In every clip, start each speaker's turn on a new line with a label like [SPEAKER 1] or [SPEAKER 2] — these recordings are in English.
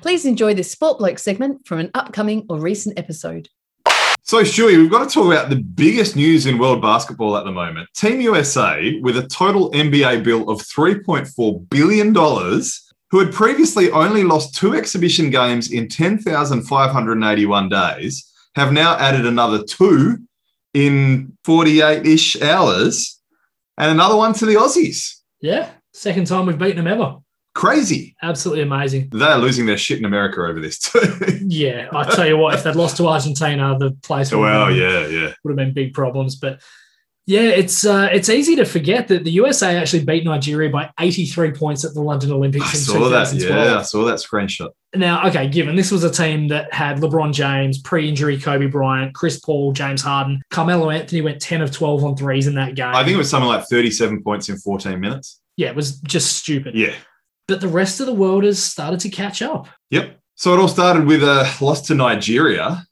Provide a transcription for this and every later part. [SPEAKER 1] Please enjoy this Sport Bloke segment from an upcoming or recent episode.
[SPEAKER 2] So, Shuey, we've got to talk about the biggest news in world basketball at the moment. Team USA, with a total NBA bill of $3.4 billion, who had previously only lost two exhibition games in 10,581 days, have now added another two in 48 ish hours and another one to the Aussies.
[SPEAKER 3] Yeah, second time we've beaten them ever.
[SPEAKER 2] Crazy.
[SPEAKER 3] Absolutely amazing.
[SPEAKER 2] They're losing their shit in America over this, too.
[SPEAKER 3] Yeah, I tell you what, if they'd lost to Argentina, the place would have
[SPEAKER 2] well,
[SPEAKER 3] been-
[SPEAKER 2] yeah, yeah.
[SPEAKER 3] would have been big problems. But yeah, it's uh, it's easy to forget that the USA actually beat Nigeria by 83 points at the London Olympics
[SPEAKER 2] I
[SPEAKER 3] in
[SPEAKER 2] saw that.
[SPEAKER 3] 2012.
[SPEAKER 2] Yeah, I saw that screenshot.
[SPEAKER 3] Now, okay, given this was a team that had LeBron James, pre-injury Kobe Bryant, Chris Paul, James Harden, Carmelo Anthony went 10 of 12 on threes in that game.
[SPEAKER 2] I think it was something like 37 points in 14 minutes.
[SPEAKER 3] yeah, it was just stupid.
[SPEAKER 2] Yeah.
[SPEAKER 3] But the rest of the world has started to catch up.
[SPEAKER 2] Yep. So it all started with a loss to Nigeria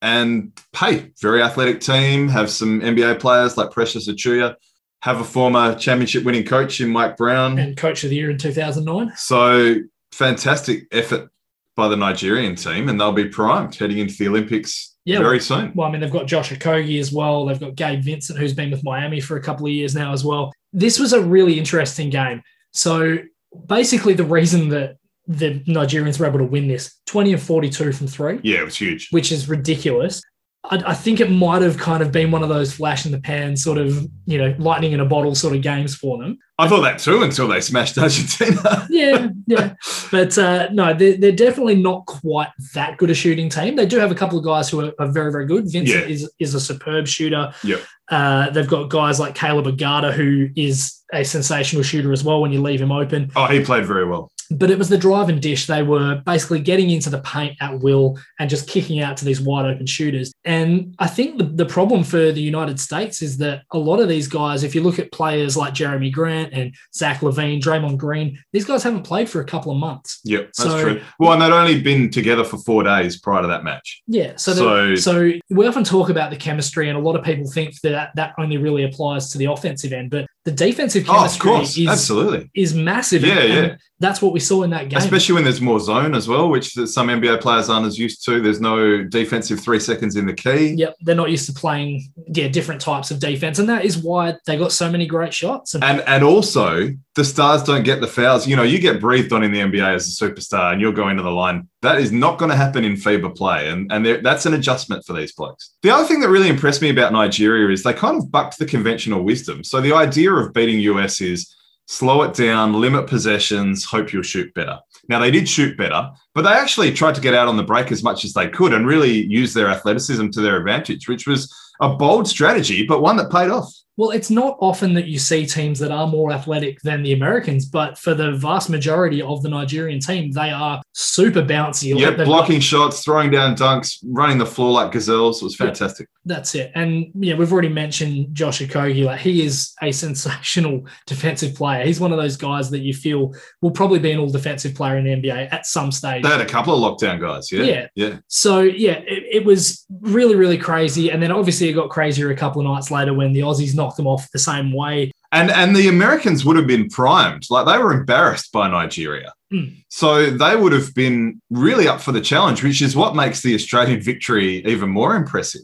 [SPEAKER 2] and hey, very athletic team, have some NBA players like Precious Achuya, have a former championship winning coach in Mike Brown.
[SPEAKER 3] And coach of the year in 2009.
[SPEAKER 2] So fantastic effort by the Nigerian team, and they'll be primed heading into the Olympics
[SPEAKER 3] Yeah.
[SPEAKER 2] very soon.
[SPEAKER 3] Well, I mean, they've got Josh Okogie as well. They've got Gabe Vincent, who's been with Miami for a couple of years now as well. This was a really interesting game. So basically, the reason that the Nigerians were able to win this 20 and 42 from three,
[SPEAKER 2] Yeah, it was huge.
[SPEAKER 3] which is ridiculous. I, I think it might have kind of been one of those flash in the pan sort of, you know, lightning in a bottle sort of games for them.
[SPEAKER 2] I thought that too until they smashed Argentina.
[SPEAKER 3] Yeah, yeah. But uh, no, they're, they're definitely not quite that good a shooting team. They do have a couple of guys who are, are very, very good. Vincent
[SPEAKER 2] Yeah.
[SPEAKER 3] is, is a superb shooter.
[SPEAKER 2] Yep.
[SPEAKER 3] Uh, they've got guys like Caleb Agada, who is a sensational shooter as well when you leave him open.
[SPEAKER 2] oh, he played very well.
[SPEAKER 3] But it was the drive and dish. They were basically getting into the paint at will and just kicking out to these wide open shooters. And I think the, the problem for the United States is that a lot of these guys, if you look at players like Jeremy Grant and Zach Levine, Draymond Green, these guys haven't played for a couple of months.
[SPEAKER 2] Yep, that's
[SPEAKER 3] So-
[SPEAKER 2] true. Well, and they'd only been together for four days prior to that match.
[SPEAKER 3] Yeah. So,
[SPEAKER 2] So-
[SPEAKER 3] the- so we often talk about the chemistry, and a lot of people think that that only really applies to the offensive end, but the defensive
[SPEAKER 2] Oh, of
[SPEAKER 3] chemistry
[SPEAKER 2] course,
[SPEAKER 3] is
[SPEAKER 2] absolutely.
[SPEAKER 3] is massive.
[SPEAKER 2] Yeah,
[SPEAKER 3] and,
[SPEAKER 2] yeah.
[SPEAKER 3] and that's what we saw in that game.
[SPEAKER 2] Especially when there's more zone as well, which that some NBA players aren't as used to. There's no defensive three seconds in the key.
[SPEAKER 3] Yep, they're not used to playing yeah different types of defense, and that is why they got so many great shots. And
[SPEAKER 2] And and also the stars don't get the fouls. You know, you get breathed on in the NBA as a superstar, and you're going to the line. That is not going to happen in FIBA play, and and there- that's an adjustment for these blokes. The other thing that really impressed me about Nigeria is they kind of bucked the conventional wisdom. So the idea of beating US is slow it down, limit possessions, hope you'll shoot better. Now they did shoot better, but they actually tried to get out on the break as much as they could and really use their athleticism to their advantage, which was a bold strategy, but one that paid off.
[SPEAKER 3] well, it's not often that you see teams that are more athletic than the Americans, but for the vast majority of the Nigerian team, they are super bouncy. Like,
[SPEAKER 2] Yep,
[SPEAKER 3] they've got-
[SPEAKER 2] blocking shots, throwing down dunks, running the floor like gazelles was
[SPEAKER 3] Yeah.
[SPEAKER 2] fantastic.
[SPEAKER 3] That's it. And yeah, we've already mentioned Josh Okogie. Like he is a sensational defensive player. He's one of those guys that you feel will probably be an all defensive player in the NBA at some stage.
[SPEAKER 2] They had a couple of lockdown guys. Yeah.
[SPEAKER 3] Yeah.
[SPEAKER 2] Yeah.
[SPEAKER 3] so yeah, it, it was really, really crazy. And then obviously it got crazier a couple of nights later when the Aussies knocked them off the same way.
[SPEAKER 2] And and the Americans would have been primed. Like they were embarrassed by Nigeria.
[SPEAKER 3] Mm.
[SPEAKER 2] So they would have been really up for the challenge, which is what makes the Australian victory even more impressive.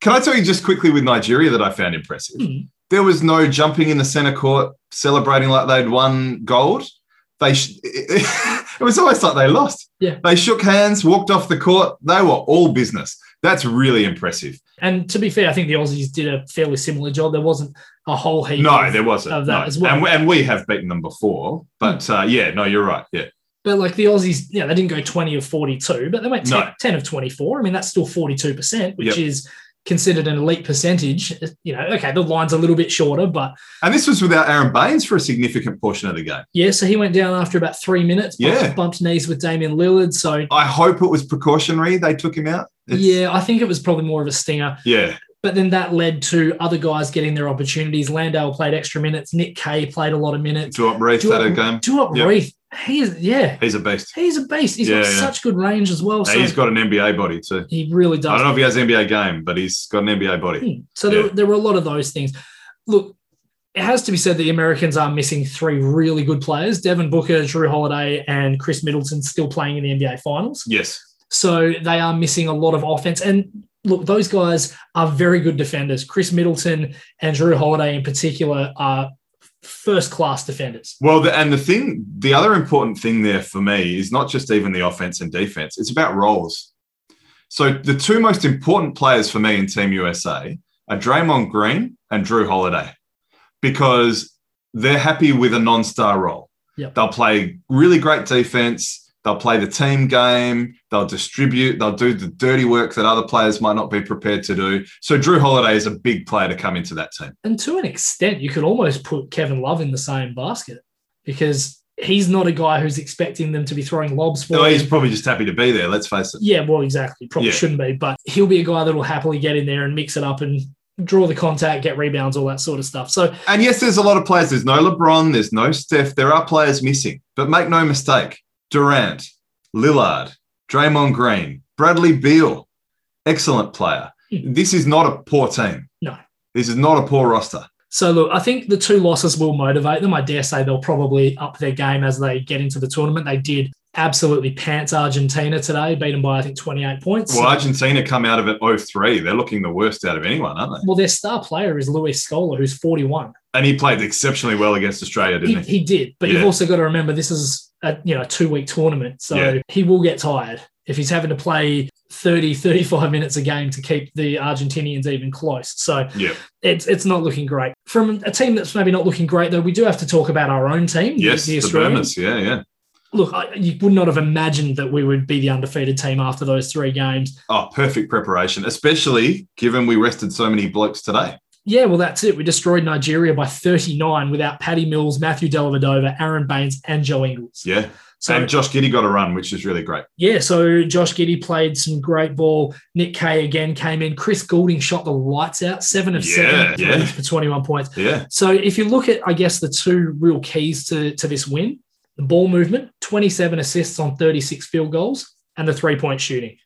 [SPEAKER 2] Can I tell you just quickly with Nigeria that I found impressive?
[SPEAKER 3] Mm.
[SPEAKER 2] There was no jumping in the center court celebrating like they'd won gold. They sh- it was almost like they lost.
[SPEAKER 3] Yeah.
[SPEAKER 2] They shook hands, walked off the court. They were all business. That's really impressive.
[SPEAKER 3] And to be fair, I think the Aussies did a fairly similar job. There wasn't a whole heap.
[SPEAKER 2] No,
[SPEAKER 3] of-
[SPEAKER 2] there wasn't.
[SPEAKER 3] of that
[SPEAKER 2] no.
[SPEAKER 3] as well.
[SPEAKER 2] and, we- and we have beaten them before, but uh, yeah, no, you're right. Yeah.
[SPEAKER 3] but like the Aussies, yeah, they didn't go 20 of 42, but they went 10,
[SPEAKER 2] No.
[SPEAKER 3] 10 of 24. I mean, that's still 42%, which
[SPEAKER 2] Yep.
[SPEAKER 3] is considered an elite percentage. You know, okay, the line's a little bit shorter, but
[SPEAKER 2] And this was without Aaron Baines for a significant portion of the game.
[SPEAKER 3] yeah, so he went down after about three minutes, bumped,
[SPEAKER 2] Yeah.
[SPEAKER 3] bumped knees with Damian Lillard. So
[SPEAKER 2] I hope it was precautionary. They took him out. It's-
[SPEAKER 3] yeah, I think it was probably more of a stinger.
[SPEAKER 2] Yeah.
[SPEAKER 3] But then that led to other guys getting their opportunities. Landale played extra minutes. Nick Kay played a lot of minutes.
[SPEAKER 2] Duop Reef had a game.
[SPEAKER 3] Duop
[SPEAKER 2] Yep.
[SPEAKER 3] Reith, he is, yeah,
[SPEAKER 2] He's a beast.
[SPEAKER 3] he's a beast. He's
[SPEAKER 2] Yeah,
[SPEAKER 3] got
[SPEAKER 2] yeah.
[SPEAKER 3] such good range as well.
[SPEAKER 2] Now,
[SPEAKER 3] so
[SPEAKER 2] he's got an NBA body too.
[SPEAKER 3] he really does.
[SPEAKER 2] I don't know if he has NBA game, but he's got an NBA body.
[SPEAKER 3] Hmm. So there,
[SPEAKER 2] Yeah.
[SPEAKER 3] there were a lot of those things. Look, it has to be said the Americans are missing three really good players Devin Booker, Drew Holiday, and Chris Middleton still playing in the NBA Finals.
[SPEAKER 2] Yes.
[SPEAKER 3] So they are missing a lot of offense. And look, those guys are very good defenders. Chris Middleton and Drew Holiday, in particular, are first class defenders.
[SPEAKER 2] Well, the, and the thing, the other important thing there for me is not just even the offense and defense, it's about roles. So the two most important players for me in Team USA are Draymond Green and Drew Holiday because they're happy with a non star role.
[SPEAKER 3] Yep.
[SPEAKER 2] They'll play really great defense. They'll play the team game. They'll distribute. They'll do the dirty work that other players might not be prepared to do. So Drew Holiday is a big player to come into that team.
[SPEAKER 3] And to an extent, you could almost put Kevin Love in the same basket because he's not a guy who's expecting them to be throwing lobs for
[SPEAKER 2] No,
[SPEAKER 3] him.
[SPEAKER 2] he's probably just happy to be there. Let's face it.
[SPEAKER 3] Yeah, well, exactly. Probably
[SPEAKER 2] Yeah.
[SPEAKER 3] shouldn't be, but he'll be a guy that will happily get in there and mix it up and draw the contact, get rebounds, all that sort of stuff. So
[SPEAKER 2] And yes, there's a lot of players. There's no LeBron. There's no Steph. There are players missing. But make no mistake, Durant, Lillard, Draymond Green, Bradley Beal, excellent player.
[SPEAKER 3] Hmm.
[SPEAKER 2] This is not a poor team.
[SPEAKER 3] No.
[SPEAKER 2] This is not a poor roster.
[SPEAKER 3] So look, I think the two losses will motivate them. I dare say they'll probably up their game as they get into the tournament. They did absolutely pants Argentina today, beat them by I think 28 points.
[SPEAKER 2] Well, Argentina come out of it 03. They're looking the worst out of anyone, aren't
[SPEAKER 3] Well, their star player is Luis Scola, who's 41.
[SPEAKER 2] they? And he played exceptionally well against Australia,
[SPEAKER 3] He,
[SPEAKER 2] didn't he?
[SPEAKER 3] he did, but
[SPEAKER 2] Yeah.
[SPEAKER 3] you've also got to remember this is a you know two week tournament, so
[SPEAKER 2] Yeah.
[SPEAKER 3] he will get tired if he's having to play 30, 35 minutes a game to keep the Argentinians even close. So
[SPEAKER 2] Yeah.
[SPEAKER 3] it's it's not looking great. From a team that's maybe not looking great though, we do have to talk about our own team, the-
[SPEAKER 2] Yes,
[SPEAKER 3] the
[SPEAKER 2] the
[SPEAKER 3] Australians.
[SPEAKER 2] Bombers. Yeah, yeah.
[SPEAKER 3] look, I, you would not have imagined that we would be the undefeated team after those three games.
[SPEAKER 2] Oh, perfect preparation, especially given we rested so many blokes today.
[SPEAKER 3] Yeah, well, that's it. We destroyed Nigeria by 39 without Paddy Mills, Matthew Dellavedova, Aaron Baines, and Joe Ingles.
[SPEAKER 2] Yeah.
[SPEAKER 3] So,
[SPEAKER 2] and Josh Giddy got a run, which is really great.
[SPEAKER 3] yeah, so Josh Giddy played some great ball. Nick Kay again came in. Chris Goulding shot the lights out, seven of
[SPEAKER 2] Yeah,
[SPEAKER 3] seven
[SPEAKER 2] yeah.
[SPEAKER 3] for 21 points.
[SPEAKER 2] Yeah.
[SPEAKER 3] So if you look at, I guess, the two real keys to, to this win, the ball movement, 27 assists on 36 field goals, and the three-point shooting,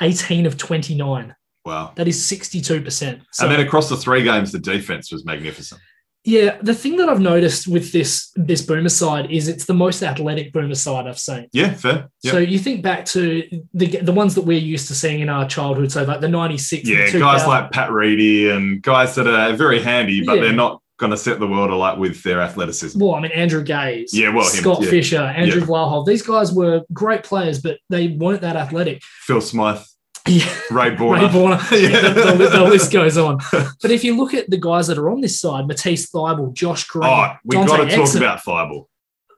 [SPEAKER 3] 18 of 29.
[SPEAKER 2] Wow.
[SPEAKER 3] That is 62%. So,
[SPEAKER 2] and then across the three games, the defense was magnificent.
[SPEAKER 3] yeah, the thing that I've noticed with this this boomer side is it's the most athletic boomer side I've seen.
[SPEAKER 2] Yeah, fair. Yep.
[SPEAKER 3] So you think back to the the ones that we're used to seeing in our childhood, so like the 96
[SPEAKER 2] yeah,
[SPEAKER 3] and 2000.
[SPEAKER 2] guys like Pat Reedy and guys that are very handy, but
[SPEAKER 3] Yeah.
[SPEAKER 2] they're not going to set the world alight with their athleticism.
[SPEAKER 3] well, I mean Andrew Gaze,
[SPEAKER 2] Yeah, well, him,
[SPEAKER 3] Scott
[SPEAKER 2] yeah.
[SPEAKER 3] Fisher, Andrew
[SPEAKER 2] Yeah.
[SPEAKER 3] Vlahov. These guys were great players, but they weren't that athletic.
[SPEAKER 2] Phil Smythe,
[SPEAKER 3] Yeah,
[SPEAKER 2] Ray Borner.
[SPEAKER 3] Ray Borner.
[SPEAKER 2] Yeah.
[SPEAKER 3] Yeah, the, the- the list goes on. But if you look at the guys that are on this side, Matisse Thybul, Josh Green,
[SPEAKER 2] Oh, we
[SPEAKER 3] Dante
[SPEAKER 2] got to talk
[SPEAKER 3] Exum.
[SPEAKER 2] about Thibault.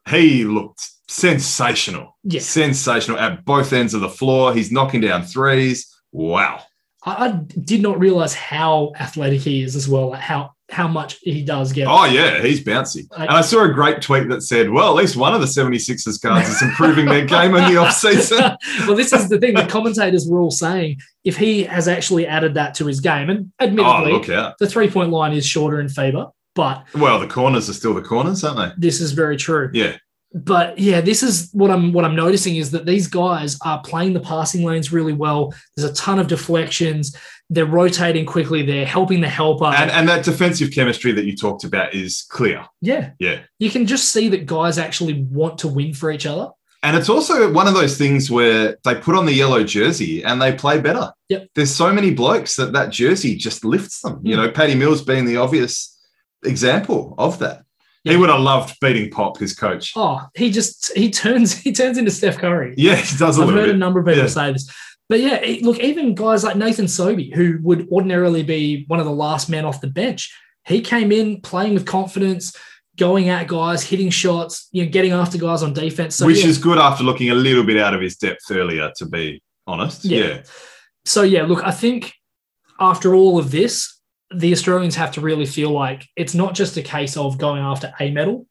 [SPEAKER 2] He looked sensational.
[SPEAKER 3] Yeah.
[SPEAKER 2] Sensational at both ends of the floor. He's knocking down threes. Wow.
[SPEAKER 3] I, I did not realize how athletic he is as well, like how how much he does get.
[SPEAKER 2] Oh, yeah, he's bouncy.
[SPEAKER 3] I-
[SPEAKER 2] and I saw a great tweet that said, well, at least one of the 76ers guards is improving their game in the offseason.
[SPEAKER 3] well, this is the thing. The commentators were all saying if he has actually added that to his game, and
[SPEAKER 2] Oh,
[SPEAKER 3] admittedly,
[SPEAKER 2] look out.
[SPEAKER 3] the three point line is shorter in favor, but
[SPEAKER 2] Well, the corners are still the corners, aren't
[SPEAKER 3] this is very true.
[SPEAKER 2] they? Yeah.
[SPEAKER 3] But yeah, this is what I'm what I'm noticing is that these guys are playing the passing lanes really well. There's a ton of deflections. They're rotating quickly. They're helping the helper.
[SPEAKER 2] And, and that defensive chemistry that you talked about is clear.
[SPEAKER 3] yeah,
[SPEAKER 2] Yeah.
[SPEAKER 3] you can just see that guys actually want to win for each other.
[SPEAKER 2] And it's also one of those things where they put on the yellow jersey and they play better.
[SPEAKER 3] Yep.
[SPEAKER 2] There's so many blokes that that jersey just lifts them. You
[SPEAKER 3] Hmm.
[SPEAKER 2] know, Paddy Mills being the obvious example of that. He
[SPEAKER 3] Yeah.
[SPEAKER 2] would have loved beating Pop, his coach.
[SPEAKER 3] Oh, he just he turns he turns into Steph Curry.
[SPEAKER 2] Yeah, he does a
[SPEAKER 3] I've
[SPEAKER 2] little
[SPEAKER 3] heard a
[SPEAKER 2] bit.
[SPEAKER 3] number of people
[SPEAKER 2] Yeah.
[SPEAKER 3] say this. But yeah, it- look, even guys like Nathan Sobey, who would ordinarily be one of the last men off the bench, he came in playing with confidence, going at guys, hitting shots, you know, getting after guys on defense. So
[SPEAKER 2] which
[SPEAKER 3] yeah.
[SPEAKER 2] is good after looking a little bit out of his depth earlier, to be honest.
[SPEAKER 3] Yeah.
[SPEAKER 2] yeah.
[SPEAKER 3] so yeah, look, I think after all of this, the Australians have to really feel like it's not just a case of going after a medal.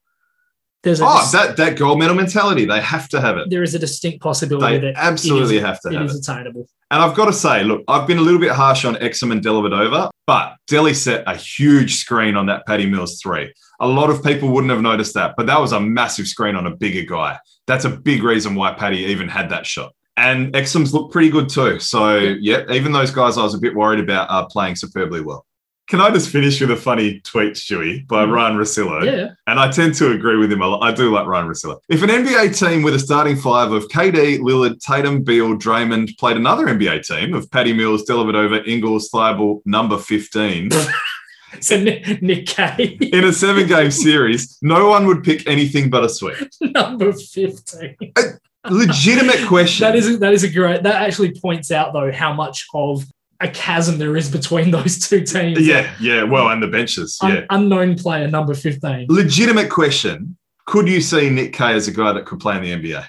[SPEAKER 3] There's a
[SPEAKER 2] Oh,
[SPEAKER 3] dis-
[SPEAKER 2] that, that gold medal mentality. They have to have it.
[SPEAKER 3] there is a distinct possibility
[SPEAKER 2] They
[SPEAKER 3] that
[SPEAKER 2] absolutely have to
[SPEAKER 3] it
[SPEAKER 2] have it.
[SPEAKER 3] is attainable.
[SPEAKER 2] And I've got to say, look, I've been a little bit harsh on Exum and Delavadova, but Delhi set a huge screen on that Paddy Mills three. A lot of people wouldn't have noticed that, but that was a massive screen on a bigger guy. That's a big reason why Paddy even had that shot. And Exum's looked pretty good too. So, yeah, even those guys I was a bit worried about are playing superbly well. Can I just finish with a funny tweet, Stewie, by
[SPEAKER 3] Mhm.
[SPEAKER 2] Ryan Rossillo?
[SPEAKER 3] Yeah.
[SPEAKER 2] And I tend to agree with him. a lot. I do like Ryan Russillo. If an NBA team with a starting five of KD, Lillard, Tatum, Beal, Draymond played another NBA team of Patty Mills, Dellavedova, Ingles, Thibault, number 15,
[SPEAKER 3] So Nick, Nick Kay,
[SPEAKER 2] in a seven game series, no one would pick anything but a sweep.
[SPEAKER 3] number 15.
[SPEAKER 2] Legitimate question.
[SPEAKER 3] That is, that is a great, that actually points out, though, how much of a chasm there is between those two teams.
[SPEAKER 2] Yeah, yeah. Well, and the benches.
[SPEAKER 3] Un-
[SPEAKER 2] yeah.
[SPEAKER 3] Unknown player, number 15.
[SPEAKER 2] Legitimate question. Could you see Nick Kay as a guy that could play in the NBA?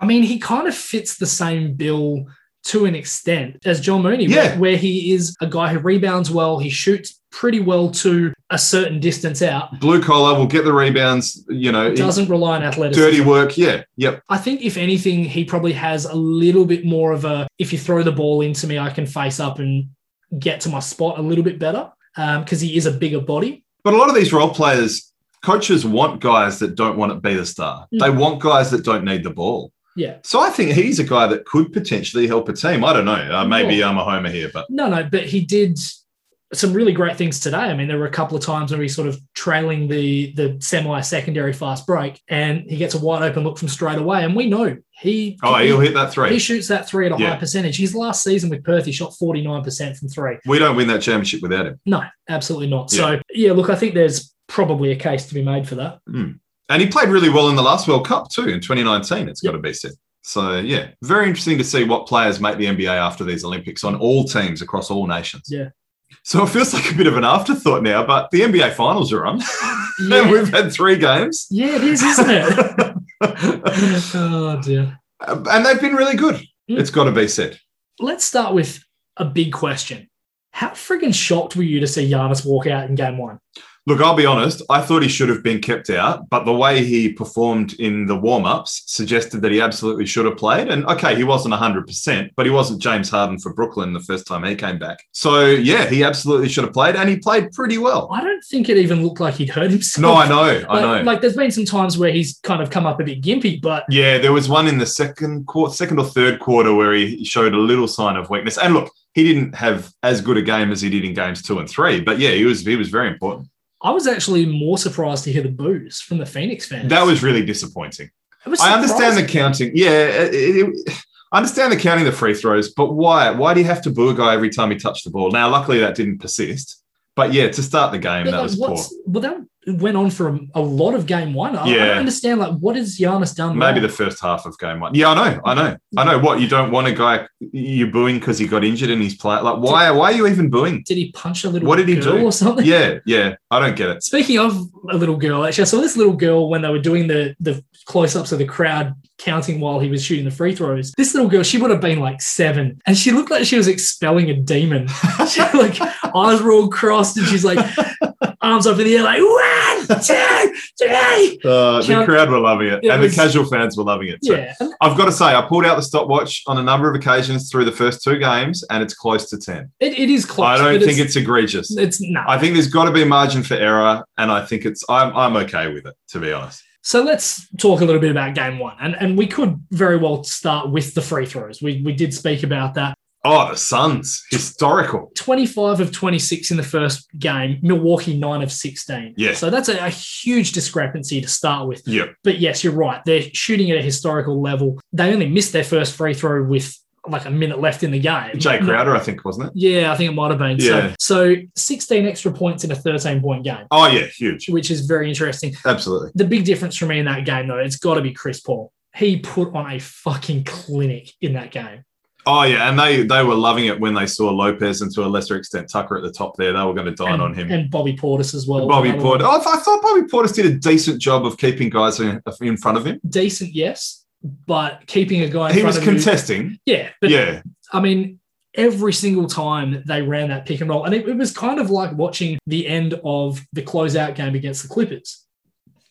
[SPEAKER 3] I mean, he kind of fits the same bill to an extent as John Mooney,
[SPEAKER 2] Yeah.
[SPEAKER 3] where, where he is a guy who rebounds well, he shoots pretty well to a certain distance out,
[SPEAKER 2] Blue collar will get the rebounds, you know,
[SPEAKER 3] doesn't rely on athleticism.
[SPEAKER 2] dirty work. Yeah, yep.
[SPEAKER 3] I think if anything, he probably has a little bit more of a if you throw the ball into me, I can face up and get to my spot a little bit better because he is a bigger body.
[SPEAKER 2] But a lot of these role players, coaches want guys that don't want to be the star.
[SPEAKER 3] Mm.
[SPEAKER 2] They want guys that don't need the ball.
[SPEAKER 3] Yeah.
[SPEAKER 2] So I think he's a guy that could potentially help a team. I don't know. Uh, maybe I'm a homer here, but
[SPEAKER 3] No, no, but he did some really great things today. I mean, there were a couple of times where he's sort of trailing the the semi secondary fast break, and he gets a wide open look from straight away. And we know he
[SPEAKER 2] oh, he'll hit that
[SPEAKER 3] he
[SPEAKER 2] three.
[SPEAKER 3] shoots that three at a
[SPEAKER 2] Yeah.
[SPEAKER 3] high percentage. His last season with Perth, he shot forty nine percent from three.
[SPEAKER 2] We don't win that championship without him.
[SPEAKER 3] No, absolutely not. So yeah, look, I think there's probably a case to be made for that.
[SPEAKER 2] And he played really well in the last World Cup too in 2019. It's got to be said. So yeah, very interesting to see what players make the NBA after these Olympics on all teams across all nations.
[SPEAKER 3] Yeah.
[SPEAKER 2] So it feels like a bit of an afterthought now, but the NBA finals are on. and
[SPEAKER 3] Yeah,
[SPEAKER 2] we've had three games.
[SPEAKER 3] yeah it is, isn't it?
[SPEAKER 2] and
[SPEAKER 3] oh dear.
[SPEAKER 2] Uh, they've been really good. It's got to be said.
[SPEAKER 3] Let's start with a big question. How friggin' shocked were you to see Giannis walk out in game one?
[SPEAKER 2] Look, I'll be honest. I thought he should have been kept out, but the way he performed in the warm ups suggested that he absolutely should have played. And okay, he wasn't 100%, but he wasn't James Harden for Brooklyn the first time he came back. So yeah, he absolutely should have played, and he played pretty well.
[SPEAKER 3] I don't think it even looked like he'd hurt himself.
[SPEAKER 2] No, I know. I
[SPEAKER 3] Like-
[SPEAKER 2] know.
[SPEAKER 3] Like, there's been some times where he's kind of come up a bit gimpy, but
[SPEAKER 2] Yeah, there was one in the second quarter, second or third quarter where he showed a little sign of weakness. And look, he didn't have as good a game as he did in games two and three, but yeah, he was he was very important.
[SPEAKER 3] I was actually more surprised to hear the boos from the Phoenix fans.
[SPEAKER 2] That was really disappointing.
[SPEAKER 3] It was
[SPEAKER 2] I understand the
[SPEAKER 3] surprising.
[SPEAKER 2] counting. Yeah, it- it- I understand the counting of the free throws, but why? Why do you have to boo a guy every time he touched the ball? Now, luckily, that didn't persist. But yeah, to start the game,
[SPEAKER 3] But,
[SPEAKER 2] that
[SPEAKER 3] like,
[SPEAKER 2] was poor.
[SPEAKER 3] what's- Well, that went on for a, a lot of game one. I, I
[SPEAKER 2] Yeah.
[SPEAKER 3] don't understand. Like, what has Giannis done?
[SPEAKER 2] Maybe
[SPEAKER 3] wrong?
[SPEAKER 2] the first half of game one. Yeah, I know, I know, I know. What you don't want a guy you're booing because he got injured and he's playing. Like, why? Why are you even booing?
[SPEAKER 3] did he punch a little
[SPEAKER 2] What did he
[SPEAKER 3] girl
[SPEAKER 2] do?
[SPEAKER 3] or something?
[SPEAKER 2] yeah, yeah. I don't get it.
[SPEAKER 3] Speaking of a little girl, actually, I saw this little girl when they were doing the the close ups of the crowd counting while he was shooting the free throws. This little girl, she would have been like seven, and she looked like she was expelling a demon. she had, like eyes were all crossed, and she's like arms up in the air, like one, two, three.
[SPEAKER 2] Uh, the
[SPEAKER 3] Count-
[SPEAKER 2] crowd were loving it,
[SPEAKER 3] It
[SPEAKER 2] and
[SPEAKER 3] was-
[SPEAKER 2] the casual fans were loving it too.
[SPEAKER 3] Yeah, and
[SPEAKER 2] I've got to say, I pulled out the stopwatch on a number of occasions through the first two games, and it's close to ten.
[SPEAKER 3] it, it is close.
[SPEAKER 2] I
[SPEAKER 3] but
[SPEAKER 2] don't think it's, egregious.
[SPEAKER 3] it's no.
[SPEAKER 2] I think there's got to be a margin for error, and I think it's I'm I'm okay with it to be honest.
[SPEAKER 3] So let's talk a little bit about game one, and and we could very well start with the free throws. We we did speak about that.
[SPEAKER 2] Oh, the Suns, historical.
[SPEAKER 3] 25 of 26 in the first game, Milwaukee 9 of 16.
[SPEAKER 2] Yeah.
[SPEAKER 3] So that's a, a huge discrepancy to start with.
[SPEAKER 2] Yep.
[SPEAKER 3] But yes, you're right. They're shooting at a historical level. They only missed their first free throw with like a minute left in the game.
[SPEAKER 2] Jay Crowder, I think wasn't it?
[SPEAKER 3] Yeah, I think it might have been.
[SPEAKER 2] Yeah.
[SPEAKER 3] So, so 16 extra points in a 13 point game,
[SPEAKER 2] Oh yeah, huge.
[SPEAKER 3] which is very interesting.
[SPEAKER 2] Absolutely.
[SPEAKER 3] The big difference for me in that game, though, it's got to be Chris Paul. He put on a fucking clinic in that game.
[SPEAKER 2] Oh yeah, and they they were loving it when they saw Lopez and to a lesser extent Tucker at the top there. They were going to dine
[SPEAKER 3] and,
[SPEAKER 2] on him.
[SPEAKER 3] And Bobby Portis as well.
[SPEAKER 2] Bobby
[SPEAKER 3] Another
[SPEAKER 2] Porter. Oh, I I thought Bobby Portis did a decent job of keeping guys in, in front of him.
[SPEAKER 3] decent, yes, but keeping a guy in
[SPEAKER 2] He
[SPEAKER 3] front
[SPEAKER 2] was
[SPEAKER 3] of you-
[SPEAKER 2] contesting.
[SPEAKER 3] yeah, but
[SPEAKER 2] yeah.
[SPEAKER 3] I mean, every single time they ran that pick and roll, and it, it was kind of like watching the end of the closeout game against the Clippers,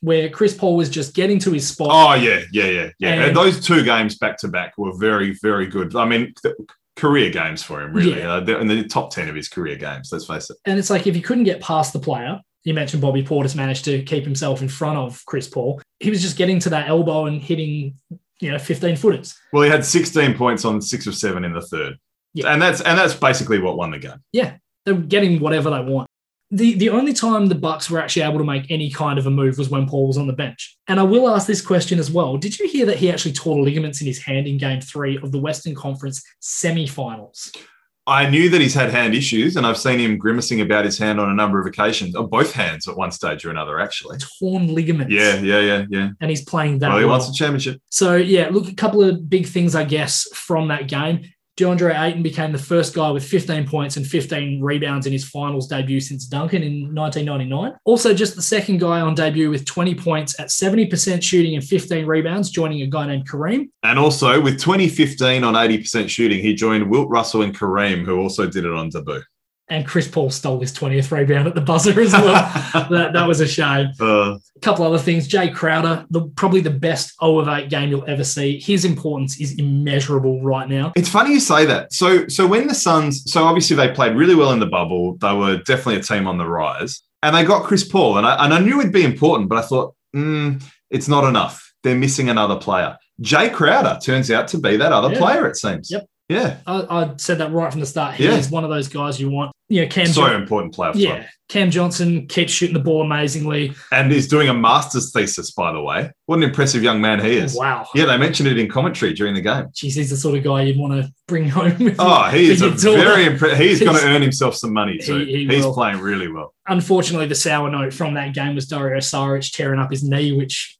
[SPEAKER 3] where Chris Paul was just getting to his spot.
[SPEAKER 2] Oh, yeah. Yeah. Yeah. Yeah.
[SPEAKER 3] And-
[SPEAKER 2] And those two games back to back were very, very good. I mean, th- career games for him, really.
[SPEAKER 3] Yeah.
[SPEAKER 2] Uh, they're in the top 10 of his career games, let's face it.
[SPEAKER 3] And it's like if he couldn't get past the player, you mentioned Bobby Portis managed to keep himself in front of Chris Paul. He was just getting to that elbow and hitting, you know, 15 footers.
[SPEAKER 2] Well, he had 16 points on six of seven in the third.
[SPEAKER 3] Yeah.
[SPEAKER 2] And that's and that's basically what won the game.
[SPEAKER 3] They're getting whatever they want. the the only time the Bucks were actually able to make any kind of a move was when Paul was on the bench. And I will ask this question as well. Did you hear that he actually tore ligaments in his hand in game three of the Western Conference semifinals?
[SPEAKER 2] I knew that he's had hand issues, and I've seen him grimacing about his hand on a number of occasions, or both hands at one stage or another, actually.
[SPEAKER 3] Torn ligaments.
[SPEAKER 2] Yeah, yeah, yeah, yeah.
[SPEAKER 3] And he's playing that.
[SPEAKER 2] Well, he
[SPEAKER 3] well.
[SPEAKER 2] wants a championship.
[SPEAKER 3] So yeah, look, a couple of big things, I guess, from that game. DeAndre Ayton became the first guy with 15 points and 15 rebounds in his finals debut since Duncan in 1999. Also, just the second guy on debut with 20 points at 70% shooting and 15 rebounds, joining a guy named Kareem.
[SPEAKER 2] And also, with 2015 on 80% shooting, he joined Wilt Russell and Kareem, who also did it on debut.
[SPEAKER 3] And Chris Paul stole his 20th rebound at the buzzer as well. that, that was a shame.
[SPEAKER 2] Uh,
[SPEAKER 3] A couple other things. Jay Crowder, the, probably the best 0 of 8 game you'll ever see. His importance is immeasurable right now.
[SPEAKER 2] It's funny you say that. So, so when the Suns, so obviously they played really well in the bubble. They were definitely a team on the rise, and they got Chris Paul, and I and I knew it'd be important, but I thought, mm, it's not enough. They're missing another player. Jay Crowder turns out to be that other
[SPEAKER 3] Yeah.
[SPEAKER 2] player. It seems.
[SPEAKER 3] Yep.
[SPEAKER 2] Yeah.
[SPEAKER 3] I, I said that right from the start. He
[SPEAKER 2] Yeah.
[SPEAKER 3] is one of those guys you want. You know, Cam
[SPEAKER 2] so
[SPEAKER 3] Johnson-
[SPEAKER 2] important player. For
[SPEAKER 3] Yeah,
[SPEAKER 2] them.
[SPEAKER 3] Cam Johnson keeps shooting the ball amazingly.
[SPEAKER 2] And he's doing a master's thesis, by the way. What an impressive young man he is.
[SPEAKER 3] Wow.
[SPEAKER 2] Yeah, they mentioned it in commentary during the game.
[SPEAKER 3] Jeez, he's the sort of guy you'd want to bring home. with you.
[SPEAKER 2] Oh, he is a
[SPEAKER 3] It's all
[SPEAKER 2] very impressive. He's going to
[SPEAKER 3] He's-
[SPEAKER 2] earn himself some money too.
[SPEAKER 3] He- he
[SPEAKER 2] he's
[SPEAKER 3] will.
[SPEAKER 2] playing really well.
[SPEAKER 3] Unfortunately, the sour note from that game was Dario Saric tearing up his knee, which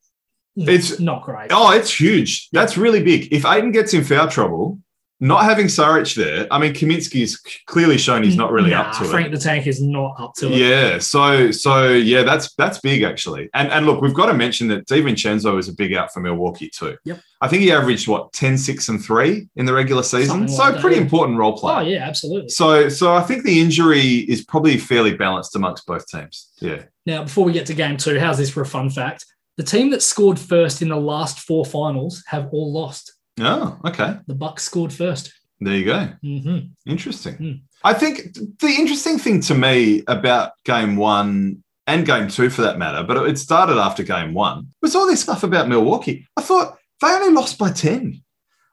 [SPEAKER 2] It's-
[SPEAKER 3] it's not great.
[SPEAKER 2] Oh, it's huge. That's really big. If Aiden gets in foul trouble, not having Saric there, I mean, Kaminsky's clearly shown he's not really
[SPEAKER 3] Nah,
[SPEAKER 2] up to
[SPEAKER 3] Frank
[SPEAKER 2] it.
[SPEAKER 3] the Tank is not up to it.
[SPEAKER 2] Yeah, so so yeah, that's that's big actually. And and look, we've got to mention that DiVincenzo was a big out for Milwaukee too.
[SPEAKER 3] Yep.
[SPEAKER 2] I think he averaged what 10, 6, and 3 in the regular season.
[SPEAKER 3] Something
[SPEAKER 2] so
[SPEAKER 3] like
[SPEAKER 2] a
[SPEAKER 3] that,
[SPEAKER 2] pretty
[SPEAKER 3] yeah.
[SPEAKER 2] important role
[SPEAKER 3] Oh,
[SPEAKER 2] player.
[SPEAKER 3] yeah, absolutely.
[SPEAKER 2] So so I think the injury is probably fairly balanced amongst both teams. Yeah.
[SPEAKER 3] Now, before we get to game two, how's this for a fun fact? The team that scored first in the last four finals have all lost.
[SPEAKER 2] Oh, okay.
[SPEAKER 3] The Bucks scored 1st
[SPEAKER 2] There you go.
[SPEAKER 3] Mm-hmm.
[SPEAKER 2] Interesting.
[SPEAKER 3] Hmm.
[SPEAKER 2] I think th- the interesting thing to me about game one and game two, for that matter, but it started after game one, was all this stuff about Milwaukee. I thought they only lost by 10.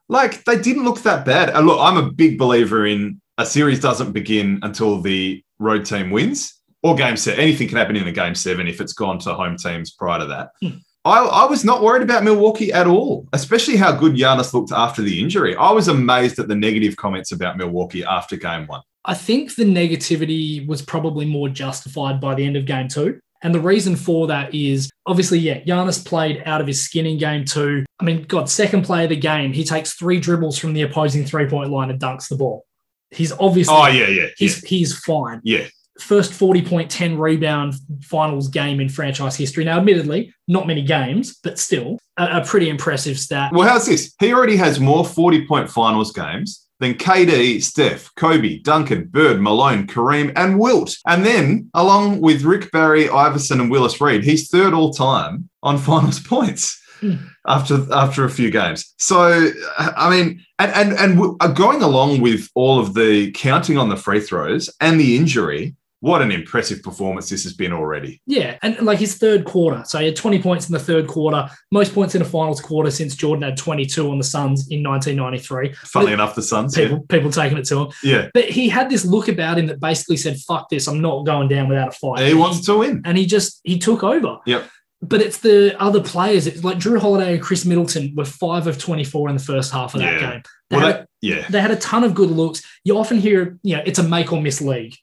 [SPEAKER 2] Like they didn't look that bad. And look, I'm a big believer in a series doesn't begin until the road team wins or game set. Anything can happen in a game seven if it's gone to home teams prior to that.
[SPEAKER 3] Hmm.
[SPEAKER 2] I, I was not worried about Milwaukee at all, especially how good Giannis looked after the injury. I was amazed at the negative comments about Milwaukee after game one.
[SPEAKER 3] I think the negativity was probably more justified by the end of game two. And the reason for that is obviously, yeah, Giannis played out of his skin in game two. I mean, God, second play of the game, he takes three dribbles from the opposing three point line and dunks the ball. He's obviously,
[SPEAKER 2] Oh, yeah, yeah.
[SPEAKER 3] he's, he's fine.
[SPEAKER 2] yeah. yeah.
[SPEAKER 3] First 40 point 10 rebound finals game in franchise history. Now, admittedly, not many games, but still a, a pretty impressive stat.
[SPEAKER 2] Well, how's this? He already has more 40 point finals games than KD, Steph, Kobe, Duncan, Bird, Malone, Kareem, and Wilt. And then, along with Rick Barry, Iverson, and Willis Reed, he's third all time on finals points.
[SPEAKER 3] Hmm.
[SPEAKER 2] After after a few games, so I mean, and and and w- uh, going along with all of the counting on the free throws and the injury, what an impressive performance this has been already.
[SPEAKER 3] Yeah, and like his third quarter. So he had 20 points in the third quarter, most points in a finals quarter since Jordan had 22 on the Suns in 1993.
[SPEAKER 2] Funnily
[SPEAKER 3] But-
[SPEAKER 2] enough, the Suns, yeah,
[SPEAKER 3] People people taking it to him.
[SPEAKER 2] yeah,
[SPEAKER 3] But he had this look about him that basically said, fuck this, I'm not going down without a fight.
[SPEAKER 2] he wants to win.
[SPEAKER 3] and he just he took over.
[SPEAKER 2] Yep.
[SPEAKER 3] But it's the other players. It's like Drew Holiday and Chris Middleton were five of 24 in the first half of that
[SPEAKER 2] Yeah.
[SPEAKER 3] game. They,
[SPEAKER 2] Well,
[SPEAKER 3] had,
[SPEAKER 2] that, yeah,
[SPEAKER 3] they had a ton of good looks. You often hear, you know, it's a make or miss league,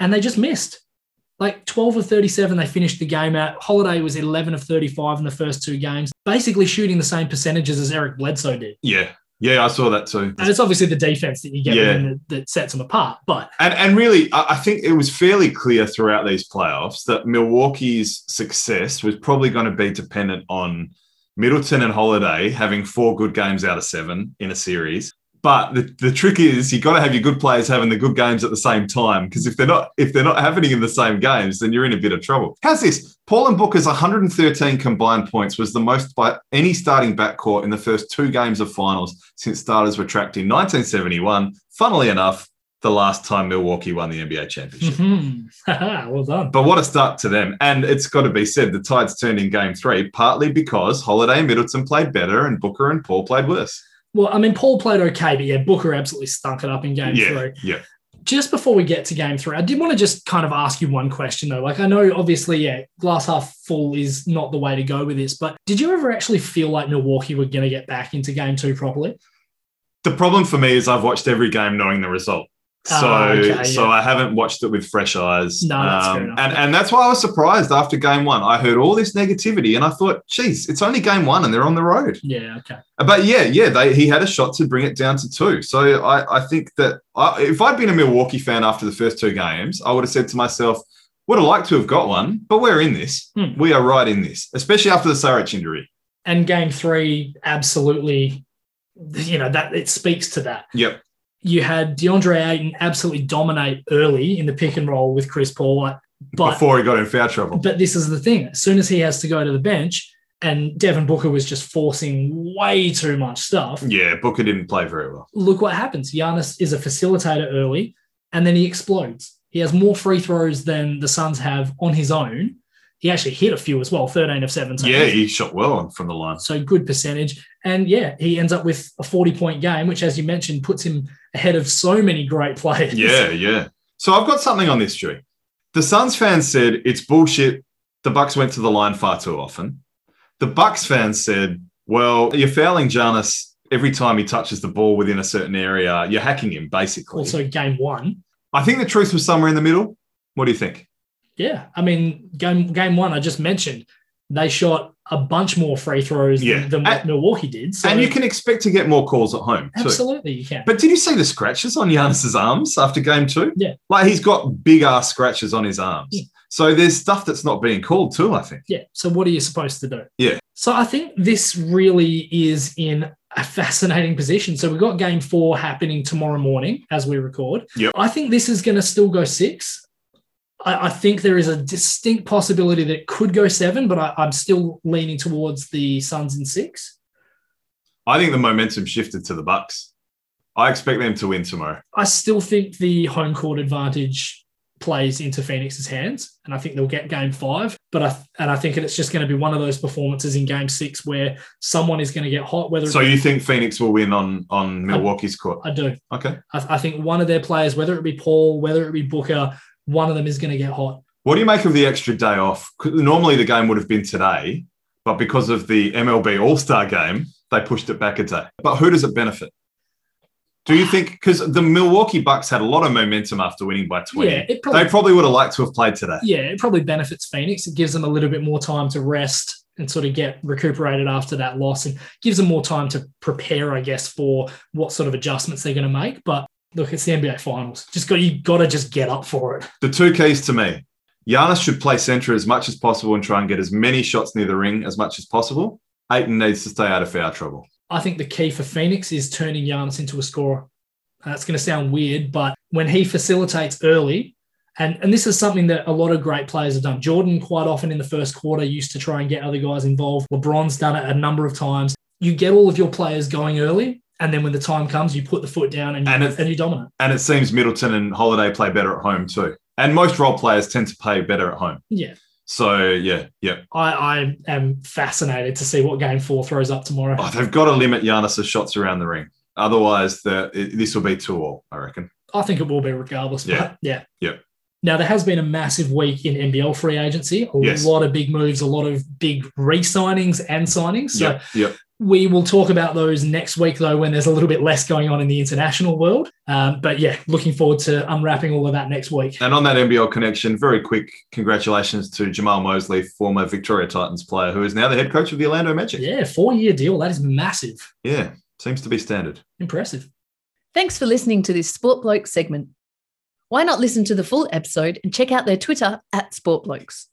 [SPEAKER 3] and they just missed. Like 12 of 37, they finished the game out. Holiday was 11 of 35 in the first two games, basically shooting the same percentages as Eric Bledsoe did.
[SPEAKER 2] yeah, yeah. I saw that too.
[SPEAKER 3] And it's obviously the defense that you get
[SPEAKER 2] Yeah.
[SPEAKER 3] with him that, that sets them apart. But
[SPEAKER 2] And, and really, I I think it was fairly clear throughout these playoffs that Milwaukee's success was probably going to be dependent on Middleton and Holiday having four good games out of seven in a series. But the, the trick is you got to have your good players having the good games at the same time because if they're not if they're not happening in the same games, then you're in a bit of trouble. How's this? Paul and Booker's 113 combined points was the most by any starting backcourt in the first two games of finals since starters were tracked in 1971. Funnily enough, the last time Milwaukee won the NBA championship.
[SPEAKER 3] Mhm. Haha, well done.
[SPEAKER 2] But what a start to them. And it's got to be said, the tides turned in game three, partly because Holiday and Middleton played better and Booker and Paul played worse.
[SPEAKER 3] Well, I mean, Paul played okay, but yeah, Booker absolutely stunk it up in game
[SPEAKER 2] yeah,
[SPEAKER 3] three.
[SPEAKER 2] yeah.
[SPEAKER 3] just before we get to game three, I did want to just kind of ask you one question though. Like, I know obviously, yeah, glass half full is not the way to go with this, but did you ever actually feel like Milwaukee were going to get back into game two properly?
[SPEAKER 2] The problem for me is I've watched every game knowing the result. So,
[SPEAKER 3] Ah, okay,
[SPEAKER 2] so
[SPEAKER 3] yeah.
[SPEAKER 2] I haven't watched it with fresh eyes. Um,
[SPEAKER 3] No, that's fair enough.
[SPEAKER 2] and and that's why I was surprised after game one. I heard all this negativity, and I thought, "Geez, it's only game one, and they're on the road."
[SPEAKER 3] Yeah. Okay.
[SPEAKER 2] But yeah, yeah, they, he had a shot to bring it down to two. So I, I think that I, if I'd been a Milwaukee fan after the first two games, I would have said to myself, would have liked to have got one, but we're in this.
[SPEAKER 3] Hmm.
[SPEAKER 2] We are right in this, especially after the Saric injury.
[SPEAKER 3] And game three, absolutely, you know, that it speaks to that.
[SPEAKER 2] Yep.
[SPEAKER 3] You had DeAndre Ayton absolutely dominate early in the pick and roll with Chris Paul. Like, But
[SPEAKER 2] before he got in foul trouble.
[SPEAKER 3] But this is the thing. As soon as he has to go to the bench, and Devin Booker was just forcing way too much stuff,
[SPEAKER 2] yeah, Booker didn't play very well.
[SPEAKER 3] look what happens. Giannis is a facilitator early, and then he explodes. He has more free throws than the Suns have on his own. He actually hit a few as well, 13 of 17.
[SPEAKER 2] Yeah, he shot well on- from the line.
[SPEAKER 3] So good percentage. And yeah, he ends up with a 40 point game, which, as you mentioned, puts him ahead of so many great players.
[SPEAKER 2] Yeah, yeah. So I've got something on this, Stewie. The Suns fans said it's bullshit. The Bucks went to the line far too often. The Bucks fans said, "Well, you're fouling Giannis every time he touches the ball within a certain area. You're hacking him, basically."
[SPEAKER 3] Also, game one.
[SPEAKER 2] I think the truth was somewhere in the middle. What do you think?
[SPEAKER 3] Yeah, I mean, game game one, I just mentioned they shot a bunch more free throws
[SPEAKER 2] Yeah.
[SPEAKER 3] than, than what
[SPEAKER 2] And-
[SPEAKER 3] Milwaukee did. So
[SPEAKER 2] and you can expect to get more calls at home too.
[SPEAKER 3] absolutely you can.
[SPEAKER 2] But did you see the scratches on Giannis's arms after game two?
[SPEAKER 3] Yeah.
[SPEAKER 2] like he's got big ass scratches on his arms.
[SPEAKER 3] Yeah.
[SPEAKER 2] So there's stuff that's not being called too. I think.
[SPEAKER 3] yeah. So what are you supposed to do?
[SPEAKER 2] Yeah.
[SPEAKER 3] So I think this really is in a fascinating position. So we've got game four happening tomorrow morning as we record.
[SPEAKER 2] Yep.
[SPEAKER 3] I think this is going to still go six. I, I think there is a distinct possibility that it could go seven, but I, I'm still leaning towards the Suns in six.
[SPEAKER 2] I think the momentum shifted to the Bucks. I expect them to win tomorrow.
[SPEAKER 3] I still think the home court advantage plays into Phoenix's hands, and I think they'll get Game Five. But I and I think it's just going to be one of those performances in Game Six where someone is going to get hot. Whether
[SPEAKER 2] So you think Phoenix will win on on Milwaukee's court?
[SPEAKER 3] I do,
[SPEAKER 2] Okay.
[SPEAKER 3] I, I think one of their players, whether it be Paul, whether it be Booker, one of them is going to get hot.
[SPEAKER 2] What do you make of the extra day off? 'Cause Normally the game would have been today, but because of the MLB All Star Game, they pushed it back a day. But who does it benefit? Do you think? Because the Milwaukee Bucks had a lot of momentum after winning by twenty.
[SPEAKER 3] Yeah, it
[SPEAKER 2] They
[SPEAKER 3] probably
[SPEAKER 2] probably would have liked to have played today.
[SPEAKER 3] yeah it probably benefits Phoenix. It gives them a little bit more time to rest and sort of get recuperated after that loss, and gives them more time to prepare, I guess, for what sort of adjustments they're going to make. But Look, it's the NBA Finals. Just got you got to just get up for it.
[SPEAKER 2] The two keys to me Giannis should play center as much as possible and try and get as many shots near the ring as much as possible. Aiton needs to stay out of foul trouble.
[SPEAKER 3] I think the key for Phoenix is turning Giannis into a scorer. And that's going to sound weird, but when he facilitates early, and, and this is something that a lot of great players have done. Jordan, quite often in the first quarter, used to try and get other guys involved. LeBron's done it a number of times. You get all of your players going early, and then when the time comes, you put the foot down and you,
[SPEAKER 2] And
[SPEAKER 3] and
[SPEAKER 2] it's-
[SPEAKER 3] you dominate.
[SPEAKER 2] And it seems Middleton and Holiday play better at home too. And most role players tend to play better at home.
[SPEAKER 3] Yeah.
[SPEAKER 2] So, yeah, yeah.
[SPEAKER 3] I, I am fascinated to see what game four throws up tomorrow.
[SPEAKER 2] Oh, they've got to limit Giannis's shots around the ring. Otherwise, the, it- this will be two all, I reckon.
[SPEAKER 3] I think it will be regardless.
[SPEAKER 2] Yeah.
[SPEAKER 3] But yeah.
[SPEAKER 2] Yep.
[SPEAKER 3] Now there has been a massive week in NBL free agency. A
[SPEAKER 2] Yes.
[SPEAKER 3] lot of big moves, a lot of big re-signings and signings. So
[SPEAKER 2] yep, yep.
[SPEAKER 3] we will talk about those next week, though, when there's a little bit less going on in the international world. Um, but yeah, looking forward to unwrapping all of that next week.
[SPEAKER 2] And on that NBL connection, very quick congratulations to Jamal Mosley, former Victoria Titans player, who is now the head coach of the Orlando Magic.
[SPEAKER 3] Yeah, four-year deal. That is massive.
[SPEAKER 2] yeah seems to be standard.
[SPEAKER 3] Impressive.
[SPEAKER 1] Thanks for listening to this Sport Bloke segment. Why not listen to the full episode and check out their Twitter at Sport Blokes?